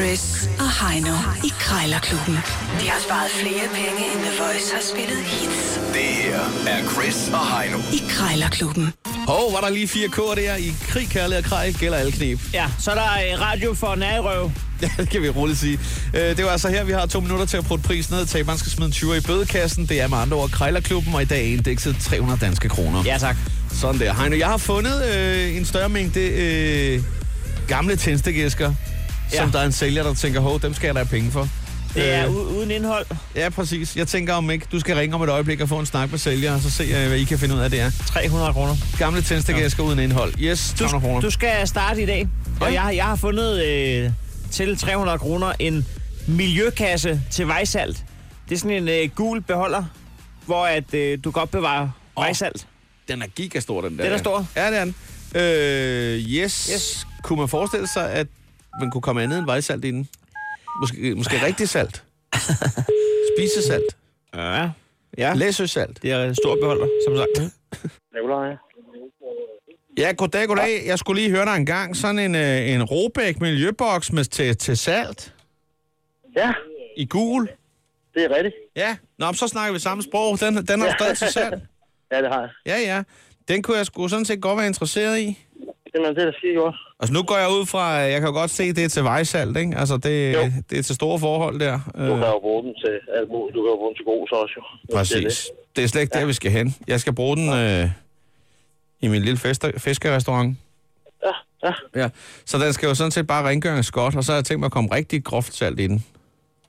Chris og Heino i Krejlerklubben. De har sparet flere penge, end The Voice har spillet hits Det her er Chris og Heino. i Krejlerklubben. Hov, var der lige 4K der i krig, kærlighed og kraj, gælder alle knep. Ja, så er der øh, radio for nærrøv. Ja, det kan vi roligt sige. Øh, Det var altså her, vi har to minutter til at prøve pris ned. Taberen skal smide en 20 i bødekassen. Det er med andre ord Krejlerklubben, og i dag er indekset 300 danske kroner. Ja, tak. Sådan der. Heino, jeg har fundet øh, en større mængde øh, gamle tændstikæsker, ja. Ja. som der er en sælger, der tænker, hov, dem skal jeg da have penge for. Det er Øh, u- uden indhold. Ja, præcis. Jeg tænker om ikke, du skal ringe om et øjeblik og få en snak med sælger, og så se, øh, hvad I kan finde ud af, det er. 300 kroner. Gamle tændstikæsker ja. uden indhold. Yes, Du, 300 kroner. du skal starte i dag. Og Ja. jeg, jeg har fundet øh, til 300 kroner en miljøkasse til vejsalt. Det er sådan en øh, gul beholder, hvor at, øh, du godt bevarer Åh. oh. vejsalt. Den er gigastor, den der. Den er ja. stor. Ja, det er den. Øh, yes. yes. Yes. Kunne man forestille sig, at man kunne komme andet end vejsalt i den? Måske, måske rigtig salt. Spisesalt. Ja. ja. Læsøsalt. Det er en stor beholder, som sagt. Nikolaj. Ja, goddag, goddag. Jeg skulle lige høre dig en gang. Sådan en, øh, en Robæk Miljøboks med til, til salt Ja, i gul. det er rigtigt. Ja, Nå, men så snakker vi samme sprog. Den, den er stadig til salt. Ja, det har jeg. Ja, ja. Den kunne jeg sgu sådan set godt være interesseret i. Jamen, det er da skide godt. Altså nu går jeg ud fra, at jeg kan godt se, at det er til vejsalt, ikke? Altså det, Jo. det er til store forhold der. Du Øh, kan jo bruge den til alt muligt. Du kan jo bruge den til god også, jo. Det er præcis. det. Det er slet ikke der, vi skal hen. Jeg skal bruge den øh, i min lille fester, fiskerestaurant. Ja, ja, Ja. Så den skal jo sådan set bare rengøres godt, og så har jeg tænkt mig at komme rigtig groft salt i den.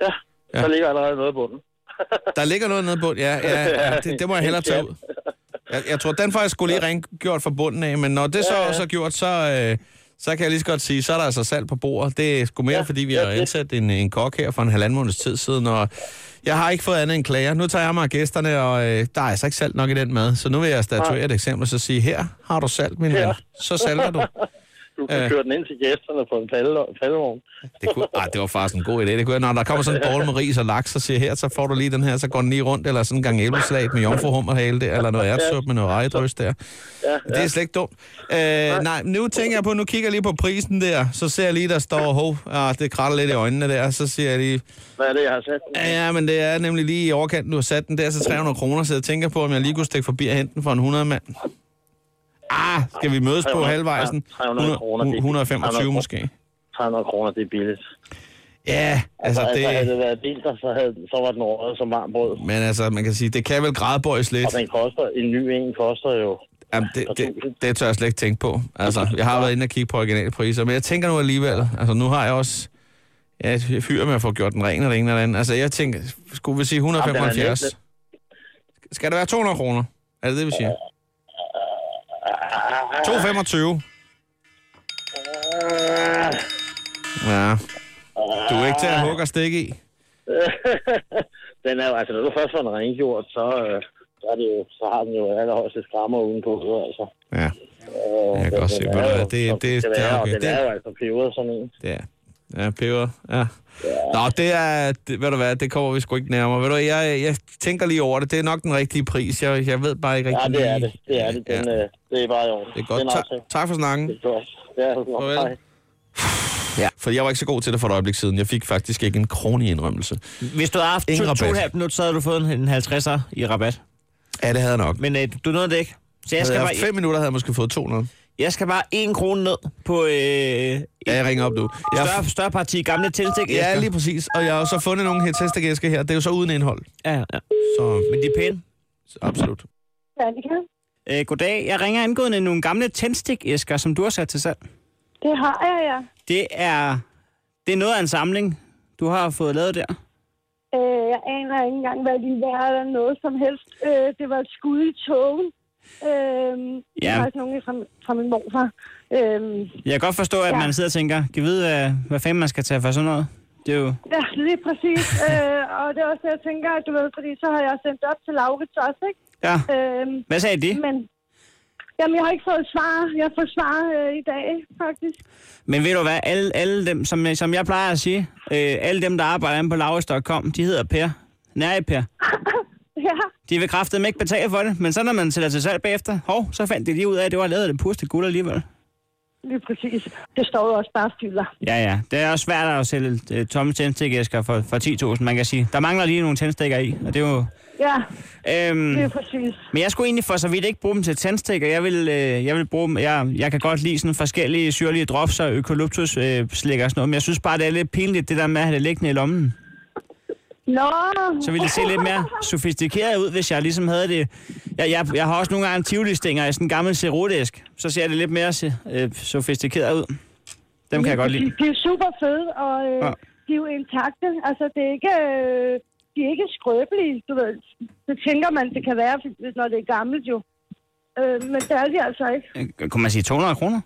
ja. Ja. Der ligger allerede noget på den. Der ligger noget nede på ja, ja, ja det, det, må jeg hellere tage ud. Jeg, jeg tror, den får jeg skulle lige rengjort fra bunden af, men når det så også er gjort, så, øh, så kan jeg lige så godt sige, så er der altså salt på bordet. Det er sgu mere, ja, fordi vi ja, har det- ansat en, en kok her for en halvanden måneds tid siden, og jeg har ikke fået andet end klager. Nu tager jeg mig af gæsterne, og øh, der er altså ikke salt nok i den mad, så nu vil jeg statuere et eksempel og så sige, her har du salt, min ven. Så salter du. Du kan køre den ind til gæsterne på en palle- palvogn. Det, kunne, ah, det var faktisk en god idé. Det kunne, jeg- når der kommer sådan en bowl med ris og laks, så siger jeg, her, så får du lige den her, så går den lige rundt, eller sådan en gang æbleslag med jomfruhummerhale der, eller noget ærtsup med noget rejedryst der. Det er slet ikke dumt. Øh, nej, nu tænker jeg på, nu kigger jeg lige på prisen der, så ser jeg lige, der står, hov, ah, det kratter lidt i øjnene der, så siger jeg lige, Hvad er det, jeg har sat? ja, ja, men det er nemlig lige i overkanten, du har sat den der til 300 kroner, så jeg tænker på, om jeg lige kunne stikke forbi og hente den for en 100 mand. Ah, skal vi mødes på 300, halvvejsen? ja, 300 kroner, det er- 125 300 måske. 300 kroner, det er billigt. Ja, altså Altså, det... havde det været biler, så, havde, den- så var den røget som varm brød. Men altså, man kan sige, det kan vel gradbøjes lidt. Og den koster, en ny en koster jo... Jamen, det, det, det tør jeg slet ikke tænke på. Altså, jeg har været inde og kigge på originale priser, men jeg tænker nu alligevel, altså nu har jeg også ja, et fyr med at få gjort den ren og det ene og det andet. Altså, jeg tænker, skulle vi sige den er 175? lidt- Skal det være 200 kroner? Er det det, vi siger? 225. Ah, Ja. Du er ikke til at hugge og stikke i. Den er jo, altså, når du først får den rengjort, så, øh, så, er det jo, så har den jo allerhøjst et strammer udenpå, altså. Ja, Øh, Jeg kan den- godt se, den ved du er hvad, jo- det- det- den det er er, jo- okay. Den Det- er jo altså peberet sådan en. det er. Ja, peber. Ja. Nå, det er, det, ved du hvad, det kommer vi sgu ikke nærmere. Ved du, hvad, jeg, jeg tænker lige over det. Det er nok den rigtige pris. Jeg, jeg ved bare ikke Ja, rigtig det er lige- det. Det er det. Den, ja. øh, det er bare jo. Det er godt. Den Tak, aftale. tak for snakken. Det er altså godt. Ja, Farvel. hej. For jeg var ikke så god til det for et øjeblik siden. Jeg fik faktisk ikke en kronig indrømmelse. Hvis du havde haft Ingen to, to og et rabat. halvt minut, så havde du fået en 50'er i rabat. Ja, det havde jeg nok. Men øh, du nåede det ikke. Så jeg Havde skal, jeg bare, haft fem minutter, havde jeg måske fået 200. jeg skal bare en krone ned på øh, et Ja, jeg ringer op nu. Jeg større, større parti gamle tilstik. ja, lige præcis. Og jeg har jo så fundet nogle her testegæsker her. Det er jo så uden indhold. ja, ja. Så Men de er pæne. absolut. Annika, Øh, goddag. Jeg ringer angående nogle gamle tændstikæsker, som du har sat til salg. det har jeg, ja. Det er, det er noget af en samling, du har fået lavet der. Øh, jeg aner ikke engang, hvad de var eller noget som helst. Øh, det var et skud i togen. Øh, Det Ja. var faktisk nogen fra, fra min morfar. Øh, Jeg kan godt forstå, at ja. Ja. man sidder og tænker, kan vide, hvad, hvad fanden man skal tage for sådan noget? Det er jo... ja, lige præcis. øh, og det er også det, jeg tænker, at du ved, fordi så har jeg sendt det op til Lauke også, ikke? Ja. Øh, Hvad sagde de? men jamen, jeg har ikke fået svar. Jeg får svar øh, i dag, faktisk. Men ved du hvad, alle, alle dem, som, som jeg plejer at sige, øh, alle dem, der arbejder inde på lavest.com, de hedder Per. Nej, Per. Ja, De vil kraftedeme ikke betale for det, men så når man sætter til salg bagefter, hov, så fandt de lige ud af, at det var lavet af det purste guld alligevel. lige præcis. Det står jo også bare og fylder. Ja, ja. Det er også svært at sælge øh, tomme tændstikæsker for, for 10.000, man kan sige. Der mangler lige nogle tændstikker i, og det er jo... Ja, det Øhm, er præcis. men jeg skulle egentlig for så vidt ikke bruge dem til tændstikker. Jeg vil, øh, jeg vil bruge dem... Jeg, jeg kan godt lide sådan forskellige syrlige drops og eukalyptus øh, slik og sådan noget, men jeg synes bare, det er lidt pinligt, det der med at have det liggende i lommen. Nå! så ville det se lidt mere sofistikeret ud, hvis jeg ligesom havde det. Jeg, jeg, jeg har også nogle gange tivolistinger i sådan en gammel serotæsk. Så ser det lidt mere se- øh, sofistikeret ud. Dem kan jeg godt lide. De, de er super fede, og øh, Ja. ja. de er jo intakte. Altså, det er ikke, øh, de er ikke skrøbelige, du ved. Det tænker man, det kan være, hvis- når det er gammelt jo. Øh, men det er de altså ikke. Øh, Kunne man sige 200 kroner?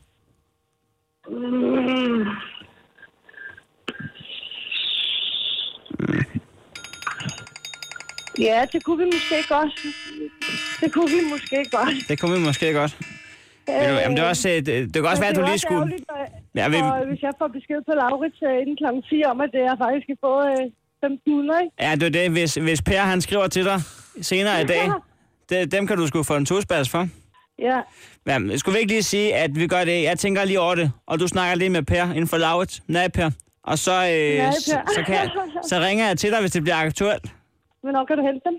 Mm. Ja, det kunne vi måske godt. Det kunne vi måske godt. Det kunne vi måske godt. Men, øh, jamen, det, er også, øh, det, det kan også være, at du lige skulle... Ja, Ja, vi- vi... Og hvis jeg får besked på Laurits øh, inden kl. 10 om, at det er faktisk kan få øh, 1.500, ikke? Ja, det er det. Hvis, hvis Per han skriver til dig senere i dag, det, dem kan du sgu få en tospas for. Ja. Ja, men skulle vi ikke lige sige, at vi gør det? Jeg tænker lige over det, og du snakker lige med Per inden for lavet. Nej, Per. Og så, øh, Per. så, så, kan jeg, så ringer jeg til dig, hvis det bliver aktuelt. Hvornår kan du hente dem?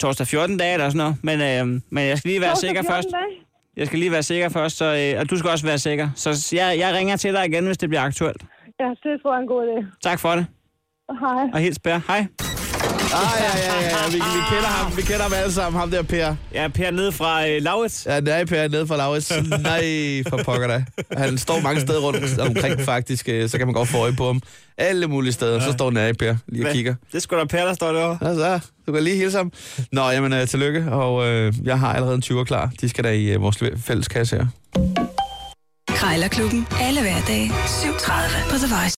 Torsdag 14 dage eller sådan noget. Men, øh, men jeg skal lige være Torsdag sikker 14 først. dage? Jeg skal lige være sikker først, så, øh, og du skal også være sikker. Så s- jeg, jeg ringer til dig igen, hvis det bliver aktuelt. Ja, det tror jeg er en god idé. Tak for det, Hej. og hils Per. Hej. Ah, ja, ja, ja, ja. Vi, vi, kender ham. Ah, Vi kender ham alle sammen. Ham der, Per. Jeg er Per nede fra øh, Laurits. Ja, nej, Per, nede fra Laurits. Nej, for pokker da. Han står mange steder rundt omkring, faktisk. øh, Så kan man godt få øje på ham. Alle mulige steder. Så står nej, Per, lige og kigger. Det er sgu da Per, der står derovre. Og så, du kan lige hilse ham. Nå, jamen, øh, tillykke. Og øh, jeg har allerede en 20'er klar. De skal da i øh, vores fælles kasse her. Krejlerklubben. Alle hverdage. 7.30 på The Voice.